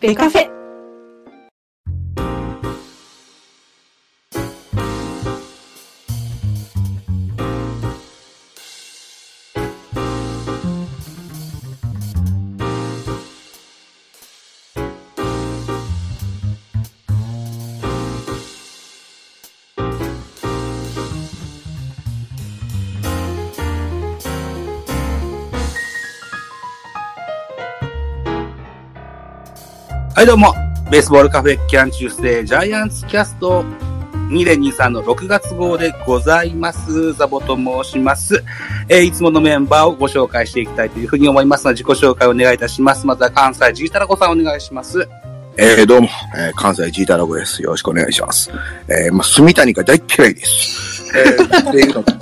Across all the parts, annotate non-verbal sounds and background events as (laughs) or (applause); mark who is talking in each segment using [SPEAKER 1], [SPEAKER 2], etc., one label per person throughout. [SPEAKER 1] ベカフェ。
[SPEAKER 2] はいどうも、ベースボールカフェキャン中制ジャイアンツキャスト2023の6月号でございます。ザボと申します。えーいつものメンバーをご紹介していきたいというふうに思いますので、自己紹介をお願いいたします。まずは関西ジータラコさんお願いします。
[SPEAKER 3] えー、どうも、えー、関西ジータラゴです。よろしくお願いします。えー、まあ、住谷が大嫌いです。えー、っていうのと、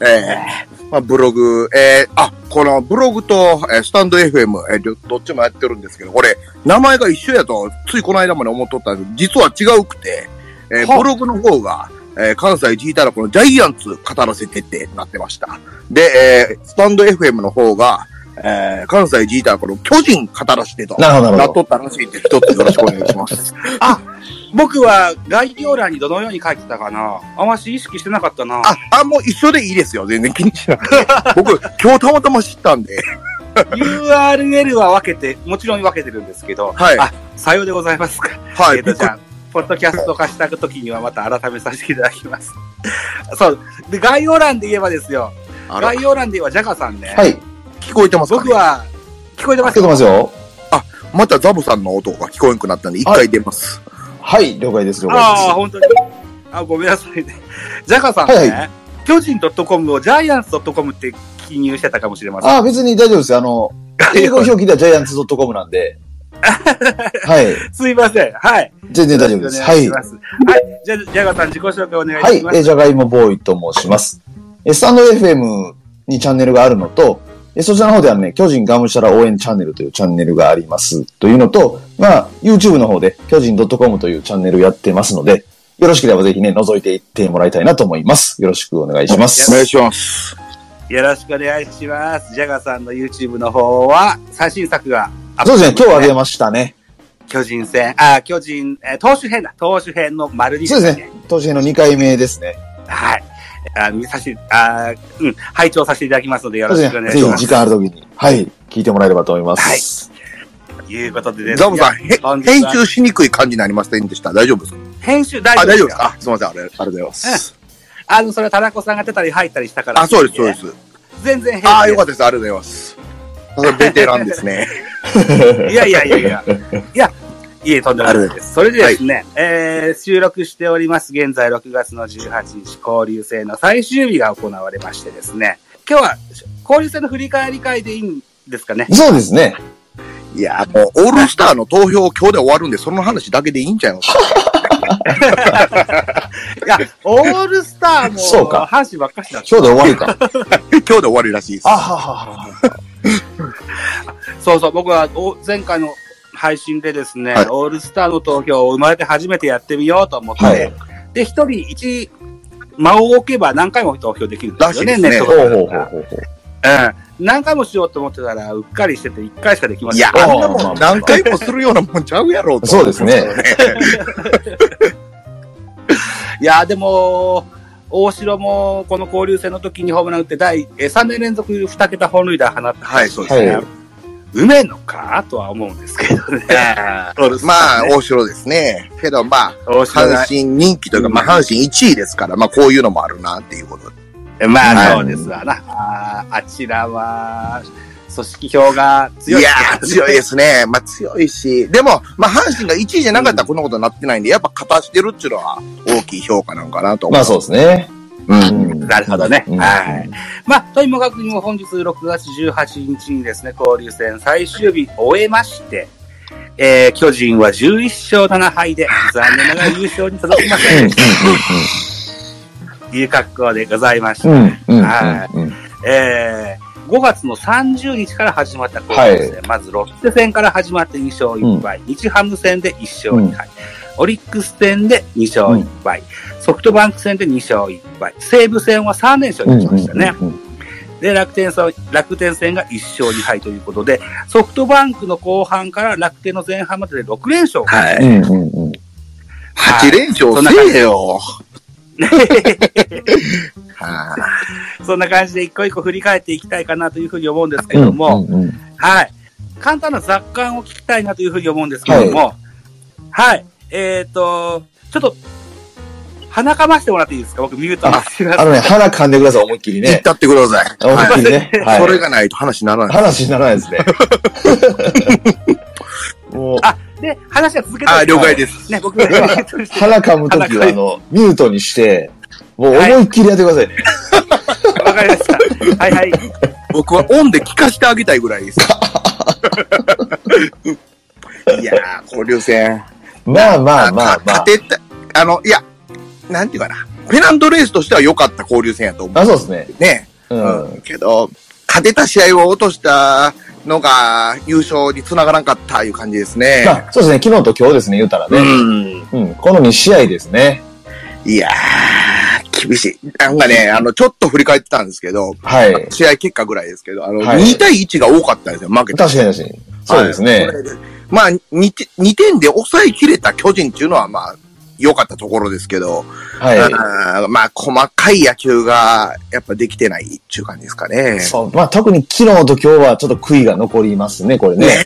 [SPEAKER 3] えー、まあ、ブログ、えー、あ、このブログと、えー、スタンド FM、えーど、どっちもやってるんですけど、これ、名前が一緒やと、ついこの間まで思っとったんです実は違うくて、えー、
[SPEAKER 2] は
[SPEAKER 3] ブログの方が、えー、関西ジータラゴのジャイアンツ語らせてってなってました。で、えー、スタンド FM の方が、えー、関西ジータラゴの巨人語らせてと。
[SPEAKER 4] なるほど、なる
[SPEAKER 3] な
[SPEAKER 4] ほ
[SPEAKER 3] っとったらしいんで、一つよろしくお願いします。 (laughs)
[SPEAKER 2] 僕は概要欄にどのように書いてたかなあまし意識してなかったな。
[SPEAKER 3] あ、あ、もう一緒でいいですよ。全然気にし (laughs) なくて。僕、今日たまたま知ったんで。
[SPEAKER 2] URL は分けて、もちろん分けてるんですけど、
[SPEAKER 3] はい。
[SPEAKER 2] あさようでございますか。
[SPEAKER 3] は
[SPEAKER 2] え
[SPEAKER 3] い。
[SPEAKER 2] っ、と、じゃあ、ポッドキャスト化した時にはまた改めさせていただきます。そう。で、概要欄で言えばですよ。
[SPEAKER 3] あら
[SPEAKER 2] 概要欄で言えば、ジャガさんね。
[SPEAKER 4] ど。はい。聞
[SPEAKER 3] 聞こえてますか、ね、
[SPEAKER 2] 僕は、聞こえてま
[SPEAKER 4] こ
[SPEAKER 2] す
[SPEAKER 4] えてますよ。
[SPEAKER 3] またザボさんの音が聞こえんくなったんで、一回出ます。
[SPEAKER 4] はい、了解です、了
[SPEAKER 2] ああ、
[SPEAKER 4] 解
[SPEAKER 2] 本当に。あ、ごめんなさいね。 (laughs) ジャガさんね、
[SPEAKER 4] はいは
[SPEAKER 2] 巨人 .com をジャイアンツ .com って記入してたかもしれま
[SPEAKER 4] です。
[SPEAKER 2] せん。
[SPEAKER 4] ああ、別に大丈夫です。あ (laughs) の、英語表記ではジャイアンツ .com なん (laughs) で。はい。
[SPEAKER 2] すいません。はい。
[SPEAKER 4] 全然大丈夫です。は
[SPEAKER 2] お願い
[SPEAKER 4] い
[SPEAKER 2] し。ますはい。じゃあ、ジャガさん自己紹介お願い
[SPEAKER 4] はい
[SPEAKER 2] しま。
[SPEAKER 4] えー
[SPEAKER 2] す。
[SPEAKER 4] じゃがいもボーイと申します。えースタンド FM にチャンネルがあるのと、えーそちらの方ではね、巨人がむしゃら応援チャンネルというチャンネルがありますというのと、まあ、YouTube の方で巨人 .com というチャンネルやってますので、よろしければぜひね、覗いていってもらいたいなと思います。よろしくお願いしま
[SPEAKER 3] お
[SPEAKER 4] す。
[SPEAKER 3] 願いします。
[SPEAKER 2] よろしくお願いします。ジャガさんの YouTube の方は、最新作がアップ
[SPEAKER 4] そう
[SPEAKER 2] さ
[SPEAKER 4] ですね
[SPEAKER 2] れて、ます、
[SPEAKER 4] 今日あげましたね。
[SPEAKER 2] 巨人戦、あ、巨人、えー投手編だ。投手編の丸に、
[SPEAKER 4] そうですね。。当時の2回目ですね。
[SPEAKER 2] はい。あ見させて、あうん、拝聴させていただきますので、よ
[SPEAKER 4] そ
[SPEAKER 2] ろ
[SPEAKER 4] うで
[SPEAKER 2] し
[SPEAKER 4] す
[SPEAKER 2] くお
[SPEAKER 4] ね。
[SPEAKER 2] 願
[SPEAKER 4] ぜ
[SPEAKER 2] いし
[SPEAKER 4] ひ
[SPEAKER 2] ます。
[SPEAKER 4] 時間ある時に、はい、聞いてもらえればと思います。
[SPEAKER 2] ということでですね
[SPEAKER 3] ザボさん、へ
[SPEAKER 2] 本日は
[SPEAKER 3] 編集しにくい感じになりませんでした。大丈夫ですか
[SPEAKER 2] 編集大丈
[SPEAKER 3] あ、
[SPEAKER 2] 夫
[SPEAKER 3] 大
[SPEAKER 2] で
[SPEAKER 3] 丈
[SPEAKER 2] す
[SPEAKER 3] 夫です
[SPEAKER 2] よ
[SPEAKER 3] かあすいません。あれありがとうございます。
[SPEAKER 2] あの、それは田中さんが出たり入ったりしたから。
[SPEAKER 3] あ、そうです、そうで。す。
[SPEAKER 2] 全然編
[SPEAKER 3] ああ、よかったです。ありがとうございます。さすがベテランですね。
[SPEAKER 2] いやいやいや
[SPEAKER 3] (laughs)
[SPEAKER 2] いや。いや、いえ、とんでもないです。それでですね、えー収録しております。現在6月の18日、交流戦の最終日が行われましてですね、今日は交流戦の振り返り会でいいんです
[SPEAKER 3] (laughs)
[SPEAKER 2] かね。
[SPEAKER 4] そうですね。
[SPEAKER 3] いや、もう、オールスターの投票今日で終わるんで、その話だけでいいんちゃいます (laughs) か
[SPEAKER 2] いや、オールスターも、
[SPEAKER 4] そうか
[SPEAKER 2] 阪神ばっかしだった。
[SPEAKER 4] 今日で終わりか。
[SPEAKER 3] 今日で終わりらしいです。
[SPEAKER 4] あははは。
[SPEAKER 2] そうそう、僕はお前回の配信でですね、
[SPEAKER 3] はい
[SPEAKER 2] オールスターの投票を生まれて初めてやってみようと思って、
[SPEAKER 4] はい
[SPEAKER 2] で、一人一間を置けば何回も投票できるんですよね、
[SPEAKER 3] らしいですね
[SPEAKER 2] ネット
[SPEAKER 4] ほう
[SPEAKER 2] と
[SPEAKER 4] ほう
[SPEAKER 2] かだ
[SPEAKER 4] ほう
[SPEAKER 2] っ
[SPEAKER 4] ほう
[SPEAKER 2] たら
[SPEAKER 4] ほう。
[SPEAKER 2] うん。何回もしようと思ってたら、うっかりしてて一回しかできま
[SPEAKER 3] い
[SPEAKER 2] せん。
[SPEAKER 3] や、あんな
[SPEAKER 4] まあまあ
[SPEAKER 3] もん
[SPEAKER 4] まあ
[SPEAKER 3] 何回もするようなもんちゃうやろと
[SPEAKER 4] そうですね。
[SPEAKER 2] いや、でも、大城もこの交流戦の時にホームラン打って第え3年連続2桁本塁打放った。
[SPEAKER 3] はいそうです
[SPEAKER 4] ね
[SPEAKER 2] はいうめえのかとは思うんですけどね。
[SPEAKER 3] (laughs) まあ、大城ですね。けど、まあ、
[SPEAKER 2] 大城
[SPEAKER 3] 阪
[SPEAKER 2] が
[SPEAKER 3] 神人気というか、まあ、阪神1位ですから、まあ、こういうのもあるな、っていうことで。
[SPEAKER 2] ま
[SPEAKER 4] は
[SPEAKER 2] あ
[SPEAKER 4] い
[SPEAKER 2] そうですわな。あーあちらは、組織票が
[SPEAKER 3] い
[SPEAKER 2] 強い。
[SPEAKER 3] やー、強いですね。まあ、強いし。でも、まあ、阪神が1位じゃなかったらこんなことになってないんで、やっぱ勝たしてるっていうのは大きい評価なんかなと思
[SPEAKER 4] ま
[SPEAKER 3] う。
[SPEAKER 4] あそうですね。
[SPEAKER 3] うん。
[SPEAKER 4] ん
[SPEAKER 2] なるほどね。
[SPEAKER 4] うん
[SPEAKER 2] はい。 (laughs) まあ、とにもかくにも本日6月18日にですね、交流戦最終日終えまして、えー巨人は11勝7敗で、残念ながら優勝に届きませんという格好でございました。
[SPEAKER 4] うん、うん、うん、うん、
[SPEAKER 2] は
[SPEAKER 4] うん、うん。
[SPEAKER 2] えー5月の30日から始まった後半戦、まずロッテ戦から始まって2勝1敗、日ハム戦で1勝2敗、オリックス戦で2勝1敗、ソフトバンク戦で2勝1敗、西武戦は3連勝
[SPEAKER 4] うん、
[SPEAKER 2] にし
[SPEAKER 4] う
[SPEAKER 2] ましたね。
[SPEAKER 4] ん、
[SPEAKER 2] で、楽天さん、楽天戦が1勝2敗ということで、ソフトバンクの後半から楽天の前半までで6連勝。
[SPEAKER 3] はい。
[SPEAKER 4] うん、うん。
[SPEAKER 3] 8連勝せえよ。 (laughs) は
[SPEAKER 2] そんな感じで一個一個振り返っていきたいかなというふうに思うんですけ
[SPEAKER 4] う
[SPEAKER 2] れ
[SPEAKER 4] ん、
[SPEAKER 2] ども、
[SPEAKER 4] うん、うん。
[SPEAKER 2] はい。簡単な雑感を聞きたいなというふうに思うんですけれども、はい。えっ、と、ちょっと、鼻かましてもらっていいですか僕ミュートしてくだ
[SPEAKER 4] あ
[SPEAKER 2] さい
[SPEAKER 4] のね、腹噛んでください、思いっきり
[SPEAKER 3] い。行っ
[SPEAKER 4] ね。
[SPEAKER 3] たってください。
[SPEAKER 4] 思いっきりね。はい。
[SPEAKER 3] それがないと話にならない。
[SPEAKER 4] 話にならないですね。もう、
[SPEAKER 2] で、話は続けて。
[SPEAKER 3] あ、了解です。
[SPEAKER 2] ね、僕がミュートして。
[SPEAKER 4] 腹噛むときは、あの、ミュートにして、もう思いっきりやってくださいね。
[SPEAKER 2] わかりました。はいはい。
[SPEAKER 3] 僕はオンで聞かせてあげたいぐら
[SPEAKER 4] (laughs)
[SPEAKER 3] いです。いやー、交流戦。
[SPEAKER 4] まあまあまあまあ
[SPEAKER 3] 勝。てた、あの、いや、なんていうかな。ペナントレースとしては良かった交流戦やと思
[SPEAKER 4] あ、そうですね。
[SPEAKER 3] う。ね。
[SPEAKER 4] う。
[SPEAKER 3] うんん。けど、勝てた試合を落としたのが優勝につながらんかったいう感じですね。
[SPEAKER 4] まあ、そうですね。昨日と今日ですね、言うたら
[SPEAKER 3] う
[SPEAKER 4] ね。
[SPEAKER 3] ん。
[SPEAKER 4] うん。この2試合ですね。
[SPEAKER 3] いやー、厳しい。なんかね、あの、ちょっと振り返ってたんですけど、
[SPEAKER 4] はい。
[SPEAKER 3] 試合結果ぐらいですけど、あの、
[SPEAKER 4] はい
[SPEAKER 3] 2対1が多かったんですよ、負けた。
[SPEAKER 4] 確かに確かに。そうです
[SPEAKER 3] はい
[SPEAKER 4] ね
[SPEAKER 3] こ。れでまあ2て、2点で抑えきれた巨人っていうのは、まあ、良かったところですけど、
[SPEAKER 4] は
[SPEAKER 3] あーまあ、細かい野球が、やっぱできてないっていう感じですかね
[SPEAKER 4] い。。そう。まあ、特に昨日と今日はちょっと悔いが残りますね、これね
[SPEAKER 3] ね。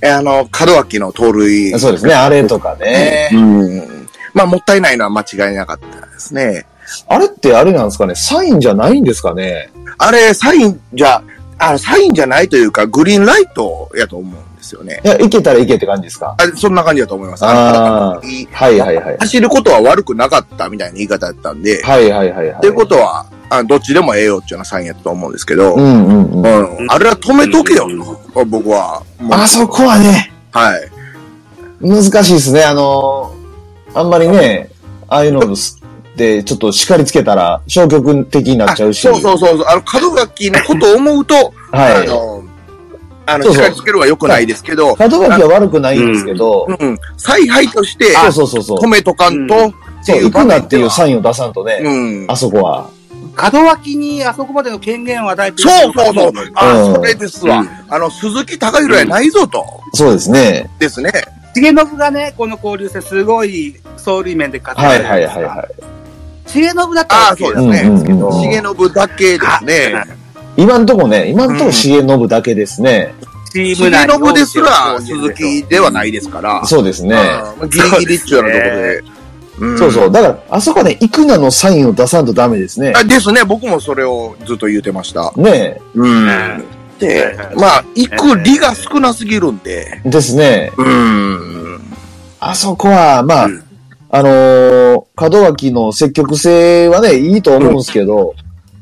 [SPEAKER 3] え。えあの、門脇の盗塁。
[SPEAKER 4] そうですね。あれとかね。
[SPEAKER 3] うん。まあ、もったいないのは間違いなかったですね。
[SPEAKER 4] あれってあれなんですかね。サインじゃないんですかね。
[SPEAKER 3] あれ、サインじゃ、あサインじゃないというか、グリーンライトやと思うんですよね。
[SPEAKER 4] いや、いけたらいけって感じですか。
[SPEAKER 3] あそんな感じだと思います。
[SPEAKER 4] あ
[SPEAKER 3] のい
[SPEAKER 4] あ。はいはいはい。
[SPEAKER 3] 走ることは悪くなかったみたいな言い方だったんで、
[SPEAKER 4] はいはいはいはい。
[SPEAKER 3] ということは、あどっちでもええよっていうようなサインやったと思うんですけど、う
[SPEAKER 4] う
[SPEAKER 3] ん
[SPEAKER 4] んうんうん。
[SPEAKER 3] あれは止めとけよ、
[SPEAKER 2] うん
[SPEAKER 3] 僕は。もう
[SPEAKER 4] あそこはね、
[SPEAKER 3] はい。
[SPEAKER 4] 難しいですね。あのー、あんまりね、ああいうので、ちょっと叱りつけたら、消極的になっちゃうし。
[SPEAKER 3] そうそうそうそう。あの、門脇のことを思うと、
[SPEAKER 4] は
[SPEAKER 3] あ
[SPEAKER 4] い。
[SPEAKER 3] の、あの、
[SPEAKER 4] そうそう
[SPEAKER 3] 近づけるは良くないですけど、
[SPEAKER 4] 門脇は悪くないんですけど、
[SPEAKER 3] うん、采配として、
[SPEAKER 4] そうそうそうそう
[SPEAKER 3] 止。めとかんと、って
[SPEAKER 4] そう、
[SPEAKER 3] いう
[SPEAKER 4] 行く
[SPEAKER 3] 場面
[SPEAKER 4] なってい
[SPEAKER 3] で
[SPEAKER 4] う
[SPEAKER 3] は
[SPEAKER 4] サインを出さんとね、
[SPEAKER 3] うん
[SPEAKER 4] あ。そこは。
[SPEAKER 2] 門脇にあそこまでの権限を与えて
[SPEAKER 3] そうそうそう。あ、
[SPEAKER 4] うん
[SPEAKER 3] それですわ。
[SPEAKER 2] うん
[SPEAKER 3] あの、鈴木隆弘やないぞと。
[SPEAKER 4] そうですね。
[SPEAKER 3] ですね。
[SPEAKER 2] 重信がね、この交流戦すごい走塁面で勝
[SPEAKER 4] は
[SPEAKER 2] っ
[SPEAKER 4] い
[SPEAKER 2] て
[SPEAKER 4] はいはいは
[SPEAKER 2] 重信だった
[SPEAKER 3] あ
[SPEAKER 2] ら
[SPEAKER 3] あ、そう
[SPEAKER 2] だ
[SPEAKER 3] ですね。
[SPEAKER 4] うんうんうん
[SPEAKER 3] 重信だけですね。
[SPEAKER 4] い。今んとこね、今んとこ重信だけですね。
[SPEAKER 2] チーム
[SPEAKER 3] 重
[SPEAKER 2] 内
[SPEAKER 3] 信ですら、鈴木ではないですから。
[SPEAKER 4] そうですね。
[SPEAKER 3] うんギリギリっちゅうようなところで。ん
[SPEAKER 4] そうそう。。だから、あそこはね、行くなのサインを出さんとダメですね。
[SPEAKER 3] あですね。僕もそれをずっと言うてました。
[SPEAKER 4] ね
[SPEAKER 3] うん
[SPEAKER 2] ん。
[SPEAKER 3] で、まあ、行く利が少なすぎるんで。
[SPEAKER 4] え。ですね。
[SPEAKER 3] うん。
[SPEAKER 4] あそこは、まあ、
[SPEAKER 2] うん
[SPEAKER 4] あのー、門脇の積極性はね、いいと思うんですけど、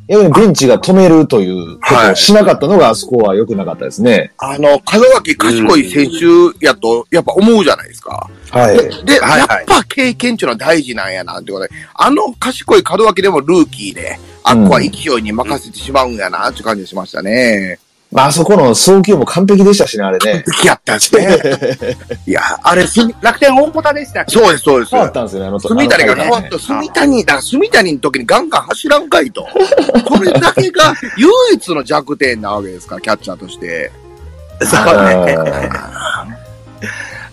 [SPEAKER 4] やはりベンチが止めるということをしなかったのが、あそこは良くなかったですね。
[SPEAKER 3] あの、門脇賢い選手やと、やっぱ思うじゃないですか。
[SPEAKER 4] はい。
[SPEAKER 3] で、
[SPEAKER 2] はい
[SPEAKER 3] やっ
[SPEAKER 2] はい
[SPEAKER 3] ぱ経験っていうのは大事なんやなってことで、あの賢い門脇でもルーキーで、あっこは勢いに任せてしまうんやなっていう感じがしましたね。
[SPEAKER 4] まあ、あそこの送球も完璧でしたしね、あれね。
[SPEAKER 3] 付き合ったんですね。いや、あれ、す
[SPEAKER 2] 楽天大小田でしたっけ
[SPEAKER 3] そうです、そうです
[SPEAKER 4] 変。わったんですよね、あの時
[SPEAKER 3] 住谷が変わ
[SPEAKER 4] あ
[SPEAKER 3] っ
[SPEAKER 4] の
[SPEAKER 3] た。住谷、だから住谷の時にガンガン走らんかいと。 (laughs) これだけが唯一の弱点なわけですから、キャッチャーとして。
[SPEAKER 2] そうね。
[SPEAKER 4] 回ね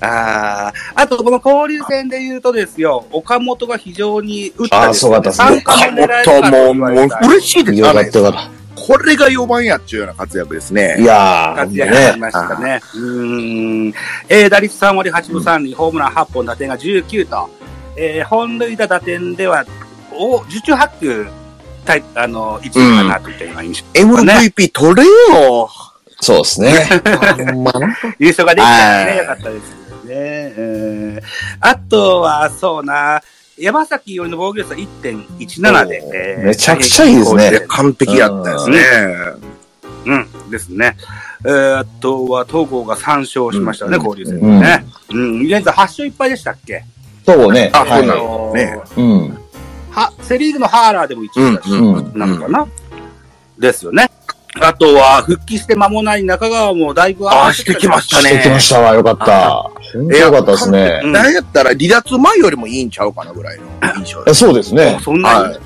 [SPEAKER 2] ああ、あとこの交流戦で言うとですよ、岡本が非常に打っ
[SPEAKER 4] あ
[SPEAKER 2] た
[SPEAKER 4] ーすごかったですね
[SPEAKER 2] 三冠も狙えるかと
[SPEAKER 3] もう、
[SPEAKER 2] 言
[SPEAKER 3] も
[SPEAKER 2] わ
[SPEAKER 3] う、
[SPEAKER 2] れた
[SPEAKER 3] 嬉しいです
[SPEAKER 4] よ
[SPEAKER 3] よ
[SPEAKER 4] か
[SPEAKER 3] ね
[SPEAKER 4] ったよかっ
[SPEAKER 3] これが4番やっちゅうような活躍ですね。
[SPEAKER 4] た。いやー、ほん
[SPEAKER 2] 活
[SPEAKER 4] と
[SPEAKER 2] 躍があり
[SPEAKER 4] ね。
[SPEAKER 2] ましたね。うーん。えー打率3割8分3厘、ホームラン8本、打点が19と、えー本塁打打点では、お、受注8球、タイあの、1位かなといったような印象。
[SPEAKER 3] MVP 取れよ。
[SPEAKER 4] そうですね。
[SPEAKER 3] ほんまな。
[SPEAKER 2] 優勝ができたら
[SPEAKER 3] は
[SPEAKER 2] ね、
[SPEAKER 3] い
[SPEAKER 2] よかったですよね。えーあとは、そうな、山崎よりの防御率は1.17で、えー
[SPEAKER 4] めちゃくちゃいいですね
[SPEAKER 3] 完璧やったですね。
[SPEAKER 2] うん、ですね。えー、あとは、東郷が3勝しましたね、
[SPEAKER 3] うん
[SPEAKER 2] 交流戦でね。うん、現在8勝1敗でしたっけ
[SPEAKER 4] そうね。
[SPEAKER 3] あ
[SPEAKER 4] はい
[SPEAKER 3] そうなの
[SPEAKER 2] の
[SPEAKER 3] ね
[SPEAKER 4] うん。
[SPEAKER 2] は、セリーグのハーラーでも1位だし、
[SPEAKER 4] うんう
[SPEAKER 2] なのかな、ですよね。あとは、復帰して間もない中川もだいぶ上が
[SPEAKER 3] あ
[SPEAKER 2] っ
[SPEAKER 3] ー、してきまし
[SPEAKER 4] したてきま
[SPEAKER 3] ね。
[SPEAKER 4] したわ。よかった。本当よかったですね。
[SPEAKER 2] うん
[SPEAKER 3] なんやったら離脱前よりもいいんちゃうかなぐらいの印象
[SPEAKER 4] え
[SPEAKER 3] です。
[SPEAKER 4] そうですね。
[SPEAKER 2] そんなに、
[SPEAKER 3] は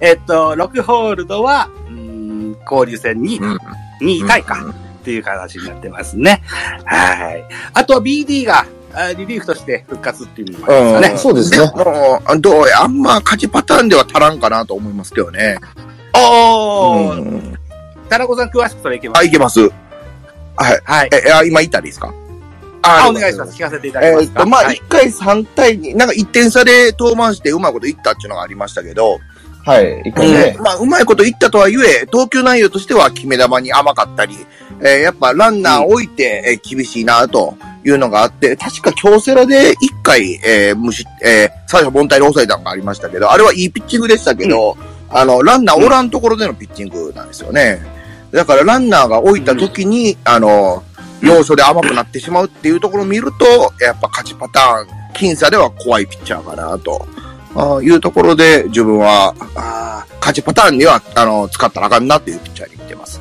[SPEAKER 2] えっと、6ホールドは、うーん交流戦に
[SPEAKER 3] い。うん
[SPEAKER 2] 2位タイか
[SPEAKER 3] うん
[SPEAKER 2] っていう形になってますね。はい。あとは BD があリリーフとして復活っていうのもありますかね。
[SPEAKER 4] そうです
[SPEAKER 3] で
[SPEAKER 4] ね。
[SPEAKER 3] も、あどうや、あんま勝ちパターンでは足らんかなと思いますけどね。
[SPEAKER 2] おー、
[SPEAKER 3] うん
[SPEAKER 2] タラコさん詳しくそれいけま
[SPEAKER 3] あ、
[SPEAKER 2] す。
[SPEAKER 3] いけます。え、
[SPEAKER 2] はい。
[SPEAKER 3] えあ今いたらいいですか
[SPEAKER 2] あ、お願いします。。聞かせていただ
[SPEAKER 3] え
[SPEAKER 2] きま
[SPEAKER 3] ー
[SPEAKER 2] す
[SPEAKER 3] っ
[SPEAKER 2] か。
[SPEAKER 3] と、まあ、
[SPEAKER 2] はい
[SPEAKER 3] 一回3対2、なんか1点差で登板してうまいこといったっていうのがありましたけど、
[SPEAKER 4] はい。一回ね
[SPEAKER 3] うん。まあ、うまいこといったとはいえ、投球内容としては決め球に甘かったり、えーやっぱランナー置いて、えー厳しいなというのがあって、確か京セラで一回、えー無失、えー、最初凡退で抑えたのがありましたけど、あれはいいピッチングでしたけど、あの、ランナーおらんところでのピッチングなんですよね。だからランナーが置いた時に、あの、要所で甘くなってしまうっていうところを見ると、やっぱ勝ちパターン、僅差では怖いピッチャーかなと。あーいうところで、自分は、あー勝ちパターンには、あの、使ったらあかんなっていうピッチャーに来てます。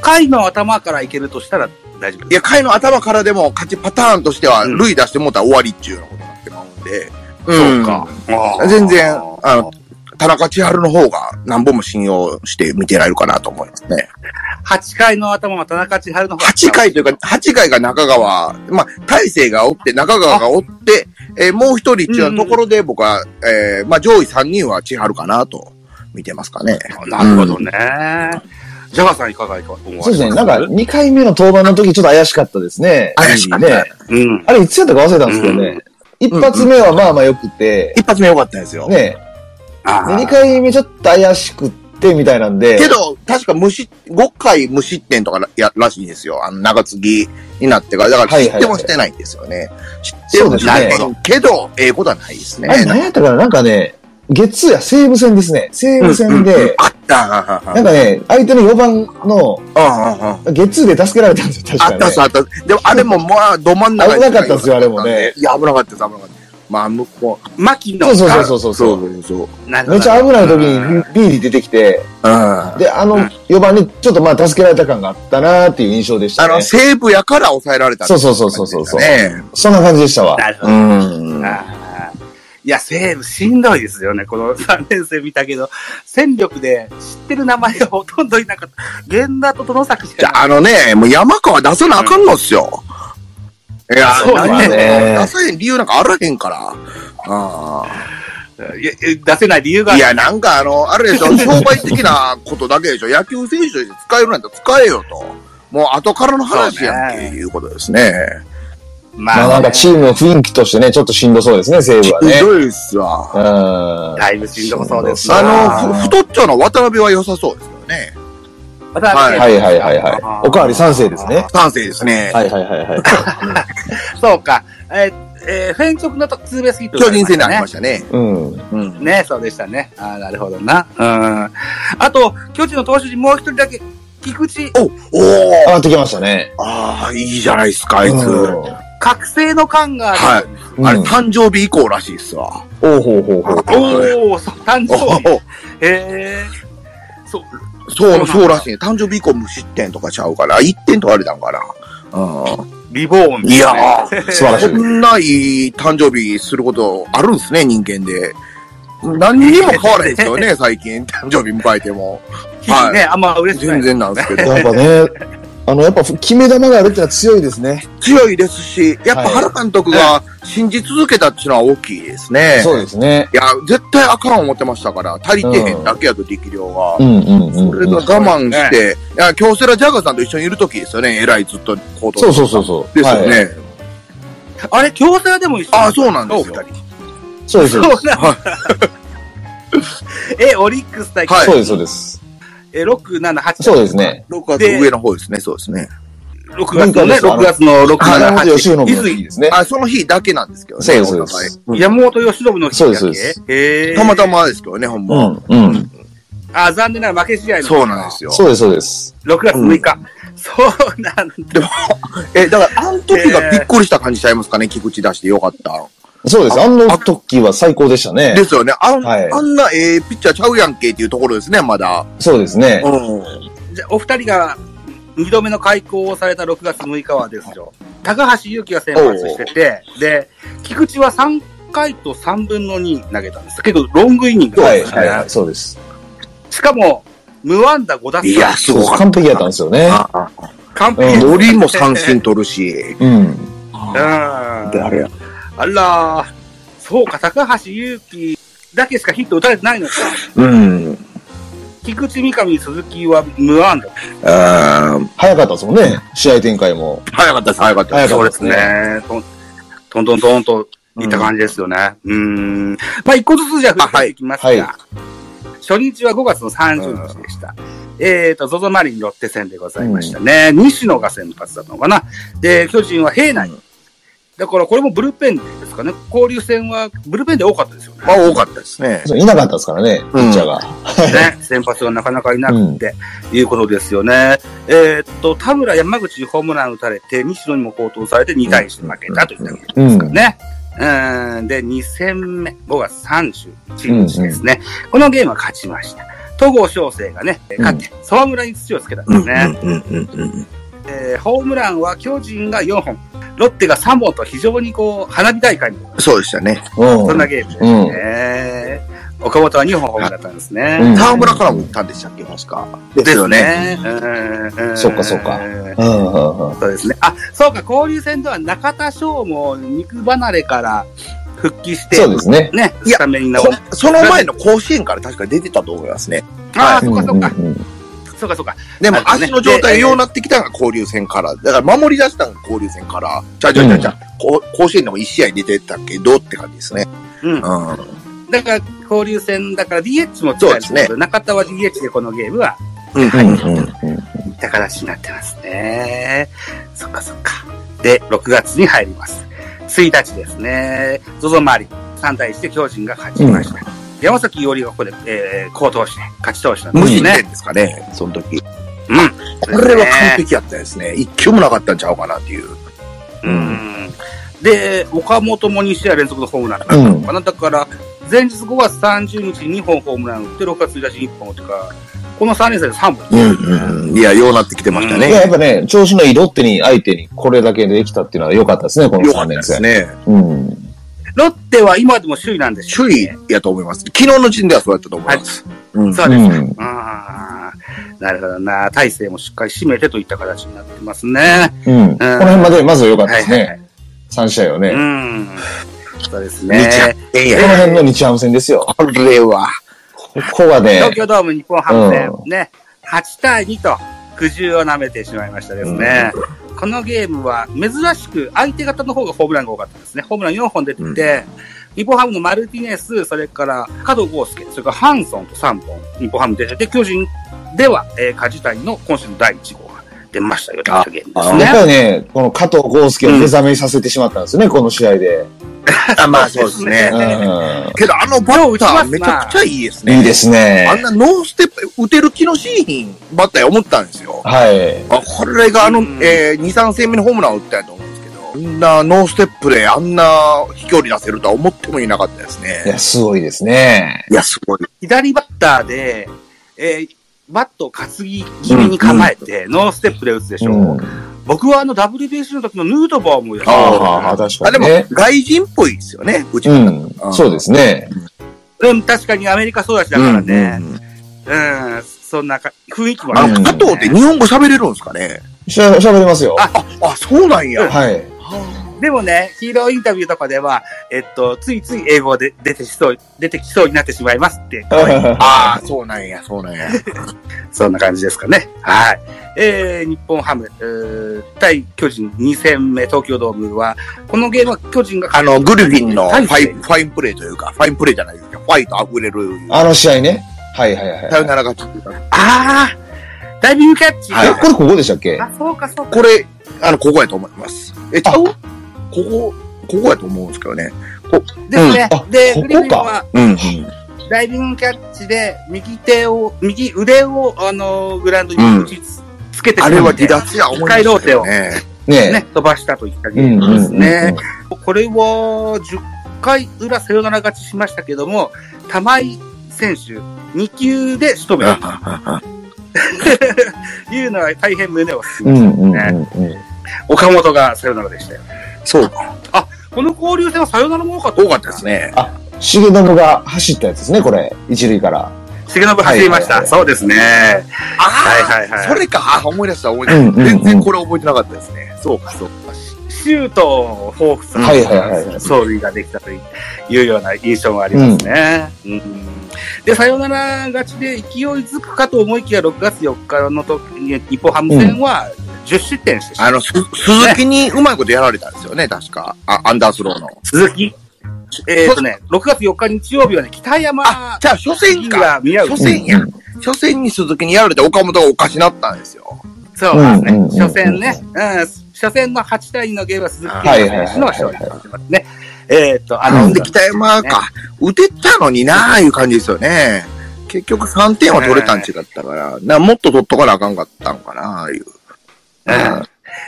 [SPEAKER 2] 回の頭からいけるとしたら大丈夫
[SPEAKER 3] い
[SPEAKER 2] で
[SPEAKER 3] や、回の頭からでも勝ちパターンとしては、
[SPEAKER 2] うん
[SPEAKER 3] 塁出してもうたら終わりっていうようなことになってまうんで。
[SPEAKER 2] す。
[SPEAKER 3] ん。
[SPEAKER 2] あー
[SPEAKER 3] 全然あの田中千春の方が何本も信用して見てられるかなと思いますね。
[SPEAKER 2] 8回の頭は田中千春の方が
[SPEAKER 3] 8回というか、8回が中川、まあ、大勢がおって、中川がおって、えーもう一人っていうところで僕は、えーまあ、上位3人は千春かなと見てますかね。
[SPEAKER 2] なるほどね。ジャガーさんいかがいか思われま
[SPEAKER 4] そ
[SPEAKER 2] す
[SPEAKER 4] うですね。なんか、2回目の登板の時、ちょっと怪しかったですね。
[SPEAKER 3] 怪しかった
[SPEAKER 4] ね。
[SPEAKER 2] うん。
[SPEAKER 4] あれ、いつやったか忘れたんですけどね。一発目はまあまあ良くて、
[SPEAKER 3] 一発目良かったですよ。
[SPEAKER 4] ね。
[SPEAKER 2] あ
[SPEAKER 4] で、
[SPEAKER 2] ー
[SPEAKER 4] 2回目ちょっと怪しくって、みたいなんで。
[SPEAKER 3] けど、確か無失、5回無失点とからやらしいんですよ。あの、長継ぎになってから。だか
[SPEAKER 4] は
[SPEAKER 3] ら
[SPEAKER 4] い
[SPEAKER 3] 知
[SPEAKER 4] は
[SPEAKER 3] っ
[SPEAKER 4] いはい
[SPEAKER 3] てもしてないんですよね。知ってもしない
[SPEAKER 4] そうです
[SPEAKER 2] ね
[SPEAKER 3] けど、ええことはないですね。
[SPEAKER 4] あれ、何やったかななんかね、月や西武戦ですね。西武戦
[SPEAKER 3] うんうんうん
[SPEAKER 4] で、
[SPEAKER 3] あった。
[SPEAKER 4] なんかね、相手の4番
[SPEAKER 3] う
[SPEAKER 4] の
[SPEAKER 3] んうんうん
[SPEAKER 4] 月で助けられたんですよ、
[SPEAKER 3] あ
[SPEAKER 4] 確
[SPEAKER 3] った
[SPEAKER 4] か
[SPEAKER 3] っ
[SPEAKER 4] ね
[SPEAKER 3] す、。あったっす。でも、あれも、まあ、ど真ん中
[SPEAKER 4] 危なかったっすよあれもね
[SPEAKER 3] いや、危なかったです、危なかったです。まあ、向こう。
[SPEAKER 2] 牧野
[SPEAKER 4] そうそう
[SPEAKER 2] が
[SPEAKER 4] そうそ
[SPEAKER 3] そ
[SPEAKER 4] うそうう。
[SPEAKER 3] そうそう。
[SPEAKER 2] なるほ
[SPEAKER 4] め
[SPEAKER 2] ど
[SPEAKER 4] っちゃ危ない時にビビリ出てきて、
[SPEAKER 3] うん。あ
[SPEAKER 4] で、あの4番にちょっとまあ助けられた感があったなっていう印象でした
[SPEAKER 3] の、
[SPEAKER 4] ね。
[SPEAKER 3] 西武やから抑えられた
[SPEAKER 4] そうそうそうそうそうそう
[SPEAKER 3] ね。
[SPEAKER 4] そんな感じでしたわ。
[SPEAKER 2] なるほ
[SPEAKER 3] う
[SPEAKER 2] ど。
[SPEAKER 3] ん。
[SPEAKER 2] あーいや、西武しんどいですよね。この3年生見たけど、戦力で知ってる名前がほとんどいなかった。源田と殿崎し
[SPEAKER 3] じゃ
[SPEAKER 2] か
[SPEAKER 3] あ、あのね、もう山川出さなあかんのっすよ。いや、
[SPEAKER 2] そうだね
[SPEAKER 3] ね。出さへん理由なんかあらへんから。あ
[SPEAKER 2] ないいやいや出せない理由が
[SPEAKER 3] あ。(laughs)
[SPEAKER 2] あ
[SPEAKER 3] い
[SPEAKER 2] る。
[SPEAKER 3] や、なんかあの、あれでし (laughs) ょ、商売的なことだけでしょ。野球選手として使えるなんて使えよと。もう後からの話やんっていうことですね。
[SPEAKER 4] まあ
[SPEAKER 2] ま
[SPEAKER 4] な
[SPEAKER 2] あ、
[SPEAKER 4] んかチームの雰囲気としてね、ちょっとしんどそうですね、西
[SPEAKER 3] ひ
[SPEAKER 4] 武はね。
[SPEAKER 3] どいっすわ。
[SPEAKER 4] うん。
[SPEAKER 2] だいぶしんどそうですな。
[SPEAKER 3] あの、
[SPEAKER 4] あー
[SPEAKER 3] ふ太っちょの渡辺は良さそうですよね。
[SPEAKER 2] また
[SPEAKER 3] はい
[SPEAKER 4] はいはいはいはい
[SPEAKER 2] あー
[SPEAKER 4] おかわり三世ですね
[SPEAKER 3] 賛成ですね。
[SPEAKER 4] はいはいはいはい。
[SPEAKER 2] そうか。えーえーフェンチョクのとツーベースヒット、
[SPEAKER 3] 巨人戦になりましたね。
[SPEAKER 4] うん。
[SPEAKER 3] うん。
[SPEAKER 2] ね、そうでしたね。ああ、なるほどな。うん。あと、巨人の投手陣もう一人だけ、菊池、
[SPEAKER 3] お、おー
[SPEAKER 4] 上がってきましたね。
[SPEAKER 3] ああ、いいじゃないですか、あいつ。
[SPEAKER 4] う
[SPEAKER 2] 覚醒の感がある。
[SPEAKER 4] ん
[SPEAKER 3] あれ、
[SPEAKER 4] うん
[SPEAKER 3] 誕生日以降らしいっすわ。
[SPEAKER 4] おうほうほうほう。
[SPEAKER 3] はい
[SPEAKER 2] おお、そう、誕
[SPEAKER 3] お
[SPEAKER 2] 生日。
[SPEAKER 3] ー
[SPEAKER 2] へえ。そう、
[SPEAKER 3] そう、そうらしいね。誕生日以降無失点とかちゃうから、1点とかあれたんかな。う
[SPEAKER 2] リボーン、
[SPEAKER 3] ん。いやー、
[SPEAKER 4] 素晴らしい
[SPEAKER 3] こ。んないい誕生日することあるんすね、人間で。何にも変わらへんですよね、最近。誕生日迎えても。
[SPEAKER 2] 日々ね、あんま嬉しくな
[SPEAKER 3] 全
[SPEAKER 2] い。
[SPEAKER 3] 然なんですけど。
[SPEAKER 4] やっぱね、あの、やっぱ決め球があるってのは強いですね。
[SPEAKER 3] 強いですし、やっぱ
[SPEAKER 4] はい
[SPEAKER 3] 原監督が信じ続けたっていうのは大きいですね。
[SPEAKER 4] そうですね。
[SPEAKER 3] いや、絶対あかん思ってましたから、足りてへんだけやと力量が。
[SPEAKER 4] うんうんうん
[SPEAKER 3] それが
[SPEAKER 4] うん。
[SPEAKER 3] 我慢して、いや、京セラジャガーさんと一緒にいるときですよね、偉いずっと行動
[SPEAKER 4] そうそうそうそう。
[SPEAKER 3] ですよね。
[SPEAKER 4] はい。
[SPEAKER 2] あれ、強制でも一緒
[SPEAKER 3] ああ、そうなんです
[SPEAKER 2] そ
[SPEAKER 3] よ。
[SPEAKER 2] う
[SPEAKER 3] 二
[SPEAKER 2] か
[SPEAKER 3] 人
[SPEAKER 4] そうです。
[SPEAKER 2] そう
[SPEAKER 4] そう
[SPEAKER 2] なんだ。 (laughs) え、オリックス対、
[SPEAKER 3] はい
[SPEAKER 4] です、そうです。
[SPEAKER 2] え、6、7、8。
[SPEAKER 4] そうですね。
[SPEAKER 3] 6月上の方ですね、そうですね。
[SPEAKER 2] 6月のね、
[SPEAKER 4] 文
[SPEAKER 2] 6
[SPEAKER 4] 化
[SPEAKER 2] 月の6、
[SPEAKER 4] 金
[SPEAKER 2] 7、
[SPEAKER 4] 本
[SPEAKER 2] 8。
[SPEAKER 4] 義信の
[SPEAKER 2] 伊豆
[SPEAKER 4] 日ですね。
[SPEAKER 3] あその日だけなんですけどね。
[SPEAKER 4] そうです
[SPEAKER 3] お互い
[SPEAKER 4] そう
[SPEAKER 3] うん
[SPEAKER 2] 山本由伸の日だけ
[SPEAKER 4] そうです
[SPEAKER 2] へえ。
[SPEAKER 3] たまた。まですけどね、ほん
[SPEAKER 4] う
[SPEAKER 3] ま。
[SPEAKER 4] ん、うん。
[SPEAKER 2] あ、残念ながら負け試合の。
[SPEAKER 3] そうなんですよ。
[SPEAKER 4] そうです、そうです。
[SPEAKER 2] 6月6日。そうなんだ。
[SPEAKER 3] え、だから、あの時がびっくりした感じちゃいますかね、菊池出してよかった。
[SPEAKER 4] そうです。あの時は最高でしたね。
[SPEAKER 3] ですよね。あん,、
[SPEAKER 4] はい
[SPEAKER 3] あんなええピッチャーちゃうやんけっていうところですね、まだ。
[SPEAKER 4] そうですね。
[SPEAKER 3] うん。
[SPEAKER 2] じゃあお二人が2度目の開校をされた6月6日はですよ。高橋祐希が先発してて、で、菊池は3回と3分の2投げたんです。結構ロングイニングだった
[SPEAKER 4] は
[SPEAKER 2] ん
[SPEAKER 4] い、
[SPEAKER 2] ですね
[SPEAKER 4] はい、はい、そうです。
[SPEAKER 2] しかも、無安打5打数
[SPEAKER 3] いや、すごかった。
[SPEAKER 4] 完璧やったんですよね。
[SPEAKER 3] あ
[SPEAKER 2] 完
[SPEAKER 4] う
[SPEAKER 2] 璧
[SPEAKER 4] ん
[SPEAKER 3] 森も三振取るし。
[SPEAKER 4] うん。
[SPEAKER 2] (laughs) うん。あ
[SPEAKER 3] で、あれや。
[SPEAKER 2] らー、そうか、高橋祐希だけしかヒット打たれてないのか。
[SPEAKER 3] うん。
[SPEAKER 2] 菊池、三上、鈴木は無安打。
[SPEAKER 3] あー
[SPEAKER 4] 早かったですもんね。試合展開も。
[SPEAKER 3] 早かったです、早かった
[SPEAKER 4] 早
[SPEAKER 2] そ
[SPEAKER 4] かっ
[SPEAKER 2] うで
[SPEAKER 4] た
[SPEAKER 2] すね。トントントンといった感じですよね。うーん。まあ、一個ずつじゃあ、振っていきますが、
[SPEAKER 4] はいは
[SPEAKER 2] 初日は5月の30日でした。えっ、と、ZOZO マリンロッテ戦でございましたね。西野が先発だったのかな。で、巨人は平内。だから、これもブルペンですかね。交流戦はブルペンで多かったですよね。
[SPEAKER 3] まあ、多かったですね。
[SPEAKER 4] そういなかったですからね、ピッチャーが。
[SPEAKER 2] ね、先発がなかなかいなくて、いうことですよね。えーっと、田村、山口にホームラン打たれて、西野にも好投されて2対1で負けたといったわけですかね。うん、で、2戦目、5月31日ですね。このゲームは勝ちました。戸郷翔征がね、勝って、沢村に土をつけたんですね。
[SPEAKER 3] うんうんうん
[SPEAKER 2] えーホームランは巨人が4本、ロッテが3本と非常にこう、花火大会の、
[SPEAKER 3] うん。そうでしたね。
[SPEAKER 4] うん。
[SPEAKER 2] そんなゲームです
[SPEAKER 4] うん。
[SPEAKER 2] ね。岡本は2本ホームランだったんですね。
[SPEAKER 4] うん
[SPEAKER 3] 沢村からも打ったんでしたっけ、確か。ですよね。
[SPEAKER 2] ね
[SPEAKER 4] そうかそうかうんうんうん
[SPEAKER 2] そうですね。あ、そうか、交流戦では中田翔も肉離れから復帰して、
[SPEAKER 4] そうですね。
[SPEAKER 2] ね、
[SPEAKER 3] いや
[SPEAKER 2] スタメンにな
[SPEAKER 3] こその前の甲子園から確か出てたと思いますね。
[SPEAKER 2] ああ、
[SPEAKER 4] う
[SPEAKER 2] そ
[SPEAKER 4] ん
[SPEAKER 2] う
[SPEAKER 4] う
[SPEAKER 2] か
[SPEAKER 4] ん
[SPEAKER 2] そうか、
[SPEAKER 4] うん
[SPEAKER 2] そうかそうか。
[SPEAKER 3] でも
[SPEAKER 2] あとね
[SPEAKER 3] 足の状態ようなってきたのが交流戦から。だから守り出したのが交流戦から。ちゃうちゃうちゃうちゃう、こう甲子園でも1試合出てたけどって感じですね。
[SPEAKER 2] うん。
[SPEAKER 3] う
[SPEAKER 2] だから、交流戦だから DH も使えるん
[SPEAKER 3] そうですね
[SPEAKER 2] 中田は DH でこのゲームは
[SPEAKER 3] ん。
[SPEAKER 4] う
[SPEAKER 3] はい。
[SPEAKER 4] んうんうん
[SPEAKER 2] 高出しになってますね。そっかそっか。で、6月に入ります。1日ですね。ZOZO 周り3対1で巨人が勝ちました。山崎伊織がここで、えー、好投して、勝ち投手なんで
[SPEAKER 3] 無
[SPEAKER 2] す
[SPEAKER 3] 視
[SPEAKER 2] ね
[SPEAKER 3] 点。ですかね、その時。
[SPEAKER 2] うん。
[SPEAKER 3] これは完璧やったですね。一球もなかったんちゃうかなっていう。
[SPEAKER 2] うん。で、岡本も2試合連続のホームランだった
[SPEAKER 4] う
[SPEAKER 2] の
[SPEAKER 4] ん
[SPEAKER 2] かな。だから、前日5月30日に2本ホームラン打って、6月1日に1本打ってから、この3連戦で3本。
[SPEAKER 3] うんうん。いや、ようなってきてました
[SPEAKER 4] いや、やっ
[SPEAKER 3] ね。
[SPEAKER 4] ぱね、調子のいいロッテに相手にこれだけできたっていうのは良かったですね、この
[SPEAKER 3] よかっ
[SPEAKER 4] 3
[SPEAKER 3] たで
[SPEAKER 4] 年
[SPEAKER 3] す
[SPEAKER 4] 生。
[SPEAKER 3] ね。
[SPEAKER 4] うん。
[SPEAKER 2] ロッテは今でも首位なんでしょう
[SPEAKER 3] 首位
[SPEAKER 2] ね
[SPEAKER 3] やと思います。昨日の時点ではそうやったと思います。うん。
[SPEAKER 2] そうですか。
[SPEAKER 4] うん
[SPEAKER 2] ああ、なるほどな。体勢もしっかり締めてといった形になってますね。
[SPEAKER 4] うん。この辺まで、まずは良かったです
[SPEAKER 2] はいはい
[SPEAKER 4] ね。3試合をね。
[SPEAKER 2] う
[SPEAKER 4] こ
[SPEAKER 2] ん。そうです
[SPEAKER 3] 日ハ
[SPEAKER 2] ね。
[SPEAKER 3] ム戦や。
[SPEAKER 4] の辺の日ハム戦ですよ。
[SPEAKER 3] これは。
[SPEAKER 4] ここがね、
[SPEAKER 2] 東京ドーム日本ハム戦、
[SPEAKER 4] う
[SPEAKER 2] ね、8対2と苦汁を舐めてしまいましたですね。このゲームは珍しく相手方の方がホームランが多かったですね。ホームラン4本出てて、日本ハムのマルティネス、それから加藤豪介、それからハンソンと3本、日本ハム出てて、巨人では、えー、梶谷の今週の第1号が出ましたよといったゲームです
[SPEAKER 4] やっ
[SPEAKER 2] ね。
[SPEAKER 4] ぱりね、この加藤豪介を目覚めさせてしまったんですよね、この試合
[SPEAKER 2] (laughs)
[SPEAKER 4] で。
[SPEAKER 3] あまあそうですね
[SPEAKER 4] う。ん。
[SPEAKER 3] けど、あのバッターめちゃくちゃいいですね。
[SPEAKER 4] いいですね
[SPEAKER 3] あ。んなノーステップ、打てる気のシーンバッターや思ったんですよ。
[SPEAKER 4] はい。
[SPEAKER 3] あこれがあの、
[SPEAKER 2] うん
[SPEAKER 3] えー、2、3戦目のホームランを打ったんやと思うんですけど、あんなノーステップであんな飛距離出せるとは思ってもいなかったです
[SPEAKER 4] い
[SPEAKER 3] ね。
[SPEAKER 4] や、すごいですね。
[SPEAKER 3] いや、すごい。
[SPEAKER 2] 左バッターで、えーバットを担ぎ気味に構えて、ノーステップで打つでしょう。
[SPEAKER 4] うん。
[SPEAKER 2] 僕はあの WBC の時のヌートバーもや
[SPEAKER 4] ああ
[SPEAKER 2] っ
[SPEAKER 4] あ、確
[SPEAKER 3] あ、
[SPEAKER 4] か
[SPEAKER 3] で
[SPEAKER 4] に
[SPEAKER 3] も
[SPEAKER 4] ね、。
[SPEAKER 3] 外人っぽいですよね、うち
[SPEAKER 4] う
[SPEAKER 3] の
[SPEAKER 4] ん。そうですね。
[SPEAKER 2] てうん、確かにアメリカ育ちだからね。うん、そんなか雰囲気も
[SPEAKER 3] あ
[SPEAKER 2] ある
[SPEAKER 4] う
[SPEAKER 3] の、
[SPEAKER 4] ん
[SPEAKER 3] 加藤って日本語喋れるんですかね
[SPEAKER 4] しゃ、喋れますよ。
[SPEAKER 2] あ
[SPEAKER 3] あ、そうなんや。
[SPEAKER 4] はい。
[SPEAKER 2] でもね、ヒーローインタビューとかでは、えっと、ついつい英語で出てしそう、出てきそうになってしまいますって、
[SPEAKER 3] ああ、そうなんや、そうなんや。
[SPEAKER 2] そんな感じですかね。はい。えー、日本ハム、えー、対巨人2戦目東京ドームは、このゲームは巨人が
[SPEAKER 3] あの、グリフィンのフ
[SPEAKER 2] 大
[SPEAKER 3] ァ
[SPEAKER 2] 勢
[SPEAKER 3] インファインプレーというか、ファインプレーじゃないですか、ファイト溢れる。
[SPEAKER 4] (laughs) あの試合ね。はいはいはい。
[SPEAKER 3] さよなら勝ちっていうか。
[SPEAKER 2] あー、ダイビングキャッチ。
[SPEAKER 3] はい
[SPEAKER 4] え、これここでしたっけ
[SPEAKER 2] あ、そうかそうか。
[SPEAKER 3] これ、あの、ここやと思います。え、ちゃうここ、ここやと思うんですけどね。
[SPEAKER 2] ですね。
[SPEAKER 4] うんあ
[SPEAKER 2] で、
[SPEAKER 4] ここか
[SPEAKER 2] グリフィンは、
[SPEAKER 3] うん、うん。
[SPEAKER 2] ダイビングキャッチで、右手を、右腕を、あのーグラウンドに打ちつつけて
[SPEAKER 3] あ
[SPEAKER 2] し
[SPEAKER 3] れ
[SPEAKER 2] ま
[SPEAKER 3] は
[SPEAKER 2] って
[SPEAKER 3] 離脱や思いま
[SPEAKER 2] 一回ロー
[SPEAKER 3] した
[SPEAKER 2] テ
[SPEAKER 3] よ
[SPEAKER 2] を
[SPEAKER 3] ね。
[SPEAKER 4] ね
[SPEAKER 2] ね、飛ばしたといった
[SPEAKER 4] え。
[SPEAKER 2] ゲ
[SPEAKER 4] う
[SPEAKER 2] ー
[SPEAKER 4] ん
[SPEAKER 2] ムですね。
[SPEAKER 4] うんうんうん
[SPEAKER 2] これは10回裏サヨナラ勝ちしましたけども、玉井選手、2球で仕留めたというのは大変胸をすき
[SPEAKER 4] う
[SPEAKER 2] ました
[SPEAKER 4] ん
[SPEAKER 2] ね、
[SPEAKER 4] うんうんうん。
[SPEAKER 2] 岡本がサヨナラでしたよ。
[SPEAKER 3] そうか。
[SPEAKER 2] この交流戦はサヨナラも多かった
[SPEAKER 3] 多かったです
[SPEAKER 2] ね。
[SPEAKER 3] ね。
[SPEAKER 4] 重信が走ったやつですね、これ。一塁から。
[SPEAKER 2] 重信走りました、
[SPEAKER 4] はいはいはい
[SPEAKER 2] そうですね。
[SPEAKER 3] ああ、
[SPEAKER 2] はいはいはい
[SPEAKER 3] それか。あ思い出した、思い出
[SPEAKER 4] う
[SPEAKER 3] し
[SPEAKER 4] んうんう
[SPEAKER 3] た。
[SPEAKER 4] ん
[SPEAKER 3] 全然これ覚えてなかったですね。そうか、そうか。
[SPEAKER 2] シュートを彷彿
[SPEAKER 4] はいはいはいはい
[SPEAKER 2] 走塁ができたというような印象もありますね。うんで、サヨナラ勝ちで勢いづくかと思いきや、6月4日の時に日本ハム戦は10失点してしま
[SPEAKER 3] あ
[SPEAKER 2] う。
[SPEAKER 3] の、す鈴木にうまいことやられたんですよね、確か。あ、アンダースローの。
[SPEAKER 2] 鈴木えっ、とね、6月4日日曜日はね、北山
[SPEAKER 3] あ、じゃあ初戦か。
[SPEAKER 2] が宮内
[SPEAKER 3] 初戦や。初戦に鈴木にやられて岡本がおかしなったんですよ。
[SPEAKER 2] そうなんですね。
[SPEAKER 4] うんうんうんうん
[SPEAKER 2] 初戦ね。うん。初戦の8対2のゲームは鈴木
[SPEAKER 4] はい
[SPEAKER 2] 健
[SPEAKER 4] はいはい
[SPEAKER 2] 吾選
[SPEAKER 4] はい
[SPEAKER 2] 手の勝利となってますね。えっ、と、あ
[SPEAKER 3] な
[SPEAKER 2] の、
[SPEAKER 3] んで北山か。打てたのになあいう感じですよね。結局3点は取れたん違ったから、なもっと取っとかなあかんかったんかなあいう。
[SPEAKER 2] うん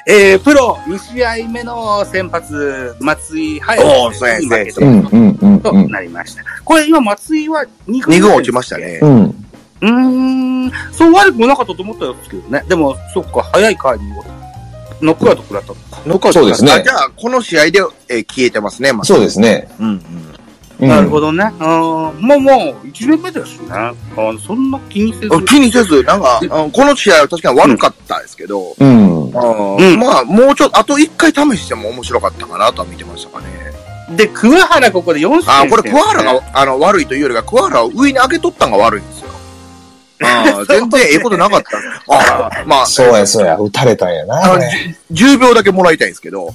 [SPEAKER 2] えー、プロ2試合目の先発、松井隼
[SPEAKER 3] おーそうや
[SPEAKER 2] に負けて
[SPEAKER 3] そう
[SPEAKER 2] る
[SPEAKER 4] んうんうん
[SPEAKER 2] と
[SPEAKER 4] うん。
[SPEAKER 2] なりました。これ今松井は2軍
[SPEAKER 3] 2軍落ちました。ね
[SPEAKER 4] う。ん。
[SPEAKER 2] うーん、そう悪くもなかったと思ったんですけどね。でも、そっか、早い回にノックアウト食らったのか。
[SPEAKER 3] ノックアウト
[SPEAKER 4] そうですね
[SPEAKER 3] あじゃあ、この試合で、えー消えてますね、まず
[SPEAKER 4] そうですね。
[SPEAKER 3] うんうん。
[SPEAKER 4] うん
[SPEAKER 2] なるほどね。うん、もうもう1年目ですしね。あーそんな気にせず。
[SPEAKER 3] あ気にせず、なんか、うんこの試合は確かに悪かったですけど、
[SPEAKER 4] うん。
[SPEAKER 3] あー
[SPEAKER 2] うん
[SPEAKER 3] まあ、もうちょっと、あと1回試しても面白かったかなとは見てましたかね。
[SPEAKER 2] で、桑原ここで4失点
[SPEAKER 3] あーこれ、
[SPEAKER 2] して
[SPEAKER 3] 桑原が、あの、悪いというよりが、桑原を上に上げとったんが悪いんですよ。あー (laughs) 全然ええことなかった。あーまあ、
[SPEAKER 4] そうやそうや、打たれたんやな。
[SPEAKER 3] あ
[SPEAKER 4] あ
[SPEAKER 3] の
[SPEAKER 4] れ
[SPEAKER 3] じゅ10秒だけもらいたいんですけど、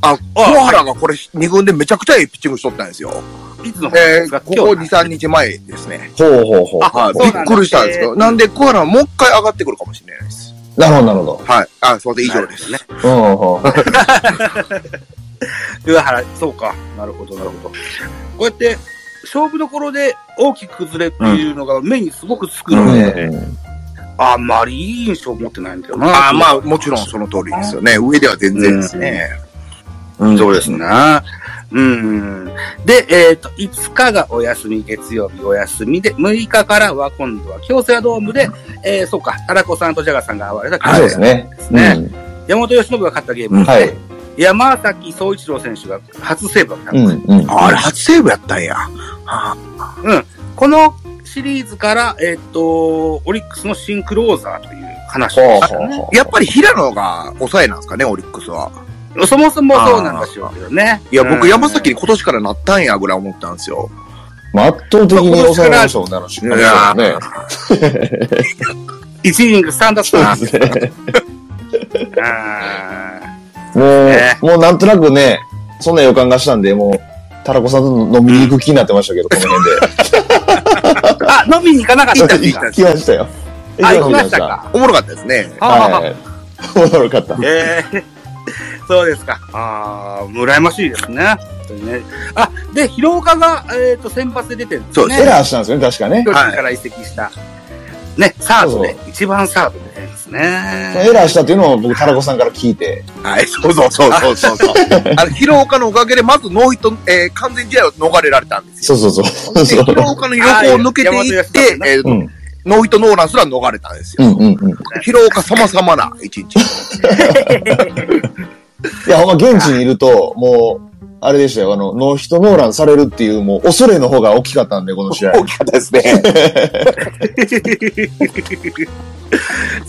[SPEAKER 3] あ、桑原がこれ2軍でめちゃくちゃいいピッチングしとったんですよ。
[SPEAKER 2] ピッツの方
[SPEAKER 3] え
[SPEAKER 2] です
[SPEAKER 3] ー
[SPEAKER 2] が、
[SPEAKER 3] ここ2、3日前ですね。
[SPEAKER 4] ほうほうほうほ
[SPEAKER 3] は
[SPEAKER 4] う
[SPEAKER 3] い、
[SPEAKER 2] そ
[SPEAKER 3] び
[SPEAKER 2] う
[SPEAKER 3] っ
[SPEAKER 2] なんだ
[SPEAKER 3] くりしたんですけ
[SPEAKER 2] え
[SPEAKER 3] ど、
[SPEAKER 2] ー
[SPEAKER 3] なんで桑原もう一回上がってくるかもしれないです。
[SPEAKER 4] なるほど、なるほど。
[SPEAKER 3] はい。あ、すいません、以上です。ね。
[SPEAKER 4] うんうんうん。
[SPEAKER 2] 桑原、そうか。なるほど、なるほど。こうやって、勝負どころで大きく崩れっていうのが目にすごくつくので、
[SPEAKER 4] ね
[SPEAKER 2] あんまりいい印象を持ってないんだよな。
[SPEAKER 3] あまあ、もちろんその通りですよね。上では全然ですね。
[SPEAKER 2] うんそうですね。うん。で、えっ、と、5日がお休み、月曜日お休みで、6日からは今度は京セラドームで、えー、そうか、タラコさんとジャガーさんが現れた
[SPEAKER 4] そうですね。
[SPEAKER 2] ね山本由伸が勝ったゲー
[SPEAKER 4] う
[SPEAKER 2] ム、
[SPEAKER 4] ん。はい。
[SPEAKER 2] 山崎総一郎選手が初セーブだったん
[SPEAKER 4] う
[SPEAKER 2] です
[SPEAKER 4] んうん。
[SPEAKER 3] あれ、初セーブやったんや。あ
[SPEAKER 2] このシリーズから、えっ、と、オリックスの新クローザーという話
[SPEAKER 4] ほう
[SPEAKER 2] でし
[SPEAKER 4] ほ
[SPEAKER 2] た
[SPEAKER 4] う
[SPEAKER 2] ね。
[SPEAKER 4] ほう。
[SPEAKER 3] やっぱり平野が抑えなんですかね、オリックスは。
[SPEAKER 2] そもそもそうなんですよけどね。
[SPEAKER 3] いや、僕、
[SPEAKER 2] うん
[SPEAKER 3] 山崎に今年からなったんやぐらい思ったんですよ。
[SPEAKER 4] まあ圧倒的に抑えられましょう、なるし。
[SPEAKER 3] いや
[SPEAKER 4] ね。
[SPEAKER 2] 一イニングスタンダップ
[SPEAKER 4] そう
[SPEAKER 2] な。
[SPEAKER 4] ですね。
[SPEAKER 2] う
[SPEAKER 4] も
[SPEAKER 2] ね
[SPEAKER 4] う、もうなんとなくね、そんな予感がしたんで、もう、タラコさんと飲みに行く気になってましたけ
[SPEAKER 2] (laughs)
[SPEAKER 4] ど、この
[SPEAKER 2] ん (laughs) あ、飲みに行かなかったん
[SPEAKER 4] 辺で。
[SPEAKER 2] ですか
[SPEAKER 4] 行きましたよ。
[SPEAKER 2] あ、行きまし
[SPEAKER 4] したた
[SPEAKER 2] か。
[SPEAKER 3] おもろかったですね。
[SPEAKER 2] はあはあはあ
[SPEAKER 4] はい。驚かった。
[SPEAKER 2] ええ (laughs) そうですか。ああ、羨ましいですね。本当にねあ、で、広岡が、えっ、と、先発で出てるんです
[SPEAKER 3] そう
[SPEAKER 2] ね。
[SPEAKER 3] です
[SPEAKER 4] エラーしたんですよね、確かね
[SPEAKER 2] 巨。人から移籍した。ね、サードで
[SPEAKER 4] そ、
[SPEAKER 2] 一番サードでですね。
[SPEAKER 4] エラーしたっていうのを僕、タラコさんから聞いて。
[SPEAKER 3] はい、そうそうそうそうそうそう。 (laughs) あの、広岡のおかげで、まずノーヒット、えー完全試合を逃れられたんです
[SPEAKER 4] そ
[SPEAKER 3] よ。
[SPEAKER 4] うそうそう。
[SPEAKER 3] で
[SPEAKER 4] そう
[SPEAKER 3] 広岡の横を抜けていって
[SPEAKER 2] はい山本由伸、ね
[SPEAKER 3] えー
[SPEAKER 4] うん。
[SPEAKER 3] ノーヒットノーランすら逃れたんです
[SPEAKER 4] う
[SPEAKER 3] よ。
[SPEAKER 4] んうんうん。い
[SPEAKER 3] 広岡様々な一日。
[SPEAKER 4] や、ほんま、現地にいると、もう、あれでしたよ。あの、ノーヒットノーランされるっていう、もう、恐れの方が大きかったんで、この試合。
[SPEAKER 3] 大きかったです (laughs) ね。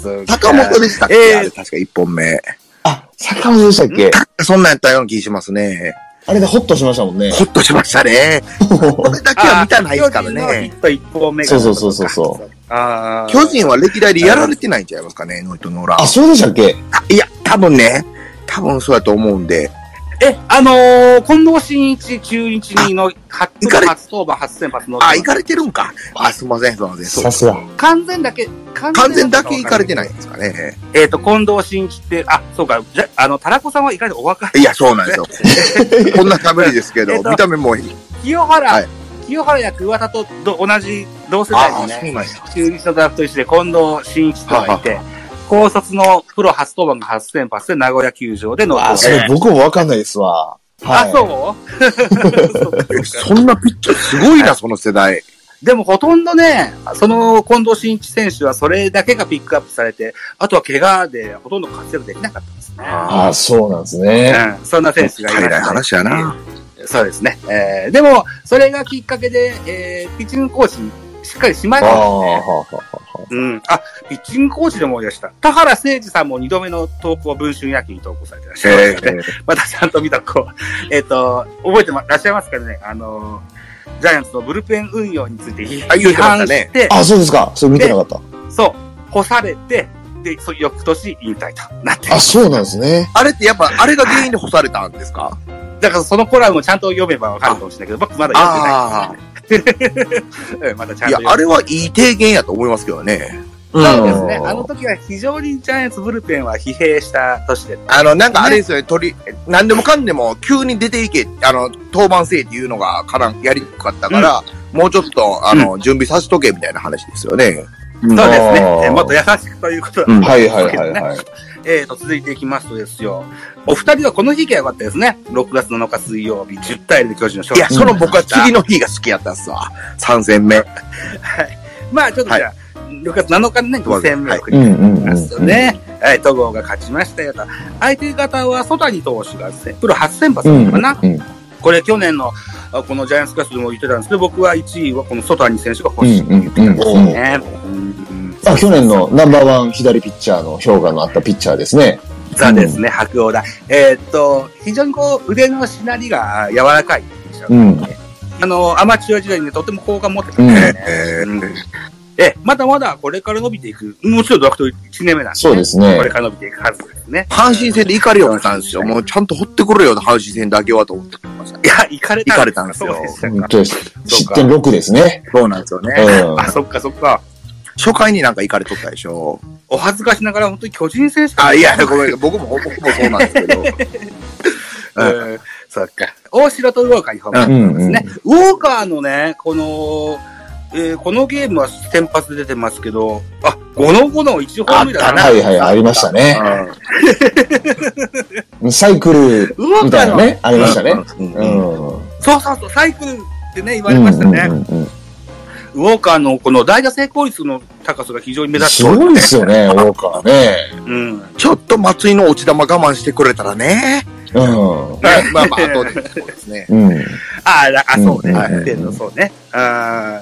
[SPEAKER 2] そうか
[SPEAKER 3] 高本でしたっけ、
[SPEAKER 2] えー
[SPEAKER 3] あれ確か1本目。
[SPEAKER 4] あ、坂本でしたっけ
[SPEAKER 3] そんなんやったような気しますね。
[SPEAKER 4] あれでホッとしましたもんね。
[SPEAKER 3] ほっとしましたね。これだけは見たないですから
[SPEAKER 2] あー巨人のヒ
[SPEAKER 3] ね。
[SPEAKER 2] ット一本目が。
[SPEAKER 4] そうそうそうそうそう
[SPEAKER 2] ああ。
[SPEAKER 3] 巨人は歴代でやられてないんちゃいますかね、ノイトノーラン
[SPEAKER 4] あ、。そうでしたっけ
[SPEAKER 3] あいや、多分ね、多分そうやと思うんで。
[SPEAKER 2] え、あのー、近藤真一、中日にの、初
[SPEAKER 3] 行かれ
[SPEAKER 2] 初登板、初先発の。
[SPEAKER 3] あ、行かれてるんか。あ、すいません、すいません。そう
[SPEAKER 4] さすが。
[SPEAKER 2] 完全だけ、完
[SPEAKER 3] 完全だけ行かれてないんですかね。
[SPEAKER 2] えっ、と、近藤真一って、あ、そうか、じゃ、あの、タラコさんは行かれてお若い。
[SPEAKER 3] いや、そうなん (laughs) ですよ。こんな喋りですけど
[SPEAKER 2] えっ、と
[SPEAKER 3] 見た目もいい。
[SPEAKER 2] 清原、
[SPEAKER 3] はい
[SPEAKER 2] 清原や桑田とど同じ同世代のね、
[SPEAKER 3] なんや。
[SPEAKER 2] 中日のドラフト一緒で近藤真一とがいて、高卒のプロ初登板が8 0 0発で名古屋球場での
[SPEAKER 4] あ、それ僕もわかんないですわ。はい。
[SPEAKER 2] あ、そう
[SPEAKER 3] えそんなピッチャーすごいな、その世代。
[SPEAKER 2] でもほとんどね、その近藤真一選手はそれだけがピックアップされて、あとは怪我でほとんど活躍できなかったんですね。
[SPEAKER 4] あ、そうなんですね。
[SPEAKER 2] うん、そんな選手がいま
[SPEAKER 3] 入
[SPEAKER 2] し
[SPEAKER 3] らな
[SPEAKER 2] た
[SPEAKER 3] い話やな。
[SPEAKER 2] そうですね。えーでも、それがきっかけで、えーピッチングコーチにしっかりしま
[SPEAKER 4] あ
[SPEAKER 2] いました
[SPEAKER 4] あ、は
[SPEAKER 2] ね。
[SPEAKER 4] はは
[SPEAKER 2] うん。あ、ピッチングコーチでも思い出した。田原誠二さんも2度目の投稿、文春野球に投稿されてらっしゃいま
[SPEAKER 3] え
[SPEAKER 2] したね。またちゃんと見た子。 (laughs) えっ、と、覚えてまらっしゃいますかねあの、ジャイアンツのブルペン運用について
[SPEAKER 3] あ言
[SPEAKER 2] 批
[SPEAKER 3] ってました
[SPEAKER 2] 判
[SPEAKER 3] ね
[SPEAKER 2] して、
[SPEAKER 4] あ、そうですか。それ見てなかった。
[SPEAKER 2] そう、干されて、で、そ翌年引退となってる
[SPEAKER 4] あ、そうなんですね。
[SPEAKER 3] あれってやっぱ、あれが原因で干されたんですか
[SPEAKER 2] だからそのコラムをちゃんと読めばわかるかもしれないけど、僕まだ
[SPEAKER 3] あ
[SPEAKER 2] 読んでない。うんまだちゃ
[SPEAKER 3] あ。
[SPEAKER 2] ん
[SPEAKER 3] い
[SPEAKER 2] と
[SPEAKER 3] や
[SPEAKER 2] 読、
[SPEAKER 3] あ
[SPEAKER 2] んで
[SPEAKER 3] れはいい提言やと思いますけどね。
[SPEAKER 4] うん
[SPEAKER 2] そうですね。あの時は非常にジャイアンツブルペンは疲弊した年で。
[SPEAKER 3] あの、なんかあれですよね、取り、何でもかんでも急に出ていけ、あの、当番制っていうのがからんやりにくかったから、もうちょっと、あの、準備させとけみたいな話ですよね。
[SPEAKER 2] そうですね。
[SPEAKER 4] あー
[SPEAKER 2] えもっと優しくということだ
[SPEAKER 3] うん
[SPEAKER 4] はいはいはいはい。
[SPEAKER 2] えー、と、続いていきますとですよ。お二人はこの日が良かったですね。6月7日水曜日、10対0で巨人の勝
[SPEAKER 3] い
[SPEAKER 2] 利。
[SPEAKER 3] や、その僕は次の日が好きやったっすわ。3戦目。
[SPEAKER 2] まあ、ちょっとじゃあ、6月7日にね、2戦目を繰
[SPEAKER 4] うんう
[SPEAKER 2] り返
[SPEAKER 4] んうん
[SPEAKER 2] ま
[SPEAKER 4] う
[SPEAKER 2] すよ
[SPEAKER 4] ん。
[SPEAKER 2] ね。はい、戸郷が勝ちましたよと。相手方は曽谷投手がプロ初先発なのかな。
[SPEAKER 4] うんうん
[SPEAKER 2] これ去年の、あこのジャイアンツクラスでも言ってたんですけど、僕は1位はこの曽谷選手が欲しいって言ってたんですよね。うん
[SPEAKER 4] あ、去年のナンバーワン左ピッチャーの評価のあったピッチャーですね。
[SPEAKER 2] ザですね、白鴎大。えーっと、非常にこう、腕のしなりが柔らかいピッチャー
[SPEAKER 4] うん。
[SPEAKER 2] あの、アマチュア時代にねとても好感持ってた
[SPEAKER 4] うんん
[SPEAKER 2] で、
[SPEAKER 3] え
[SPEAKER 2] うんえ、まだまだこれから伸びていく。もちろんドラフト1年目なんで、
[SPEAKER 4] そうですね
[SPEAKER 2] これから伸びていくはずですね。
[SPEAKER 3] 阪神戦で怒りを見たんですよ。もうちゃんと掘ってくれよ、阪神戦だけはと思ってました。
[SPEAKER 2] いや、行かれた。
[SPEAKER 3] 行かれたんですよ
[SPEAKER 2] そうでした
[SPEAKER 4] 本
[SPEAKER 2] か。
[SPEAKER 4] 当です。失点6ですね。
[SPEAKER 3] そうなんですよね
[SPEAKER 4] うん
[SPEAKER 2] あ、そっかそっか。
[SPEAKER 3] 初回になんか行かれとったでしょ。
[SPEAKER 2] お恥ずかしながら本当に巨人選手
[SPEAKER 3] あ、いや、ごめん、僕も、僕もそうなんですけど。
[SPEAKER 2] うん、そっか。大城とウォーカーにホームラン
[SPEAKER 4] うん
[SPEAKER 2] です
[SPEAKER 4] うん
[SPEAKER 2] ね。ウォーカーのね、この、えーこのゲームは先発で出てますけど、あ、5の5の1ホームラン
[SPEAKER 4] は
[SPEAKER 2] だ
[SPEAKER 4] いはい、ありましたね。サイクル
[SPEAKER 2] ウォー
[SPEAKER 4] み
[SPEAKER 2] カ
[SPEAKER 4] たい
[SPEAKER 2] ー
[SPEAKER 4] な
[SPEAKER 2] の、
[SPEAKER 4] ね、ありましたね。
[SPEAKER 3] うん
[SPEAKER 4] う
[SPEAKER 3] うん
[SPEAKER 4] ん。うん
[SPEAKER 2] そうそうそう、サイクルってね、言われましたね。
[SPEAKER 4] うんうんうん
[SPEAKER 2] ウォーカーのこの代打成功率の高さが非常に目立つ
[SPEAKER 4] すごいですよね、ウォーカーね。
[SPEAKER 2] うん。
[SPEAKER 3] ちょっと松井の落ち玉我慢してくれたらね。
[SPEAKER 4] う
[SPEAKER 3] まあまあ、まあ後で (laughs) そうですね。
[SPEAKER 4] ん。うん。
[SPEAKER 2] ああ、だあ、そうね。
[SPEAKER 4] うん
[SPEAKER 2] 言ってんの、そうね。あー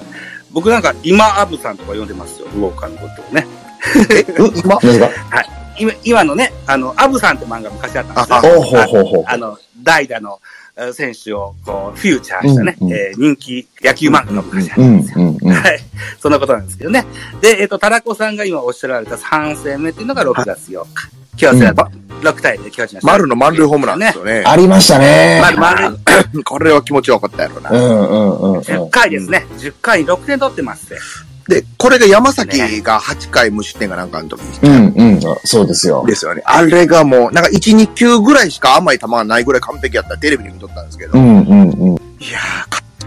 [SPEAKER 2] 僕なんか、今アブさんとか呼んでますよ、ウォーカーのことをね。
[SPEAKER 4] 今何が
[SPEAKER 2] 今、今のね、あの、アブさんって漫画昔あったんですよ。
[SPEAKER 3] あ
[SPEAKER 4] おうほうほうほう。
[SPEAKER 2] あの、代打のえー選手を、こう、フューチャーしたね、
[SPEAKER 4] うんうん
[SPEAKER 2] えー人気野球漫画の昔あった
[SPEAKER 4] うんん
[SPEAKER 2] ですよ。
[SPEAKER 4] うんうん。
[SPEAKER 2] はい。そんなことなんですけどね。で、えっ、と、タラコさんが今おっしゃられた3戦目っていうのが6月8日。今日は6対0で巨人の勝利
[SPEAKER 3] 丸の満塁ホームランですよね。
[SPEAKER 4] ありましたね。
[SPEAKER 2] 丸丸い
[SPEAKER 3] これは気持ちよかったやろな
[SPEAKER 4] う。んうんうんうん。
[SPEAKER 2] 10回ですね。10回6点取ってますね。
[SPEAKER 3] で、これが山崎が8回無失点がなんかの時
[SPEAKER 4] うんうん。そうですよ。
[SPEAKER 3] ですよね。あれがもう、なんか1、2球ぐらいしか甘い球がないぐらい完璧やったらテレビで見とったんですけど。
[SPEAKER 4] う
[SPEAKER 3] い
[SPEAKER 4] んうんうん。
[SPEAKER 3] やー、勝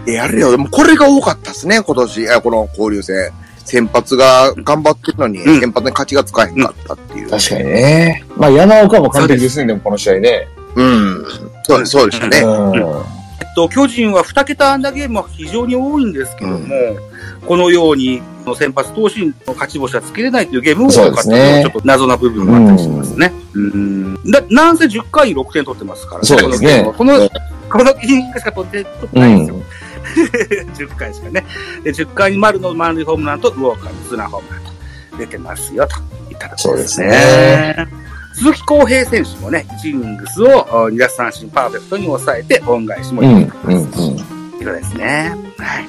[SPEAKER 3] ってやるよ。でもこれが多かったですね、今年。あこの交流戦。先発が頑張ってるのに、
[SPEAKER 2] うん
[SPEAKER 3] 先発に勝ちがつかへんかったっていう。
[SPEAKER 4] 確かにね。まあ、山岡も完璧ですね、でもこの試合ね。
[SPEAKER 3] うん。そうそうでしたね。
[SPEAKER 4] う
[SPEAKER 2] えっと、巨人は2桁アンダーゲームは非常に多いんですけども、このように、先発投手の勝ち星はつけれないというゲームも多かったと
[SPEAKER 4] そうですね
[SPEAKER 2] ちょっと謎な部分もあったりしますね。うん。な、なんせ10回6点取ってますから
[SPEAKER 4] そうですね
[SPEAKER 2] このゲームは、この、このイニングしか取って、取ってないんですよ。10回しかね。で、10回に丸の満塁ホームランと、ウォーカーのツーランホームランと出てますよ、といったところですね。
[SPEAKER 4] そうです
[SPEAKER 2] 鈴木康平選手もね、1イニングスを2奪三振パーフェクトに抑えて、恩返しも
[SPEAKER 4] ん。う
[SPEAKER 2] い
[SPEAKER 4] ん
[SPEAKER 2] い
[SPEAKER 4] うんうん。
[SPEAKER 2] 色ですね。はい。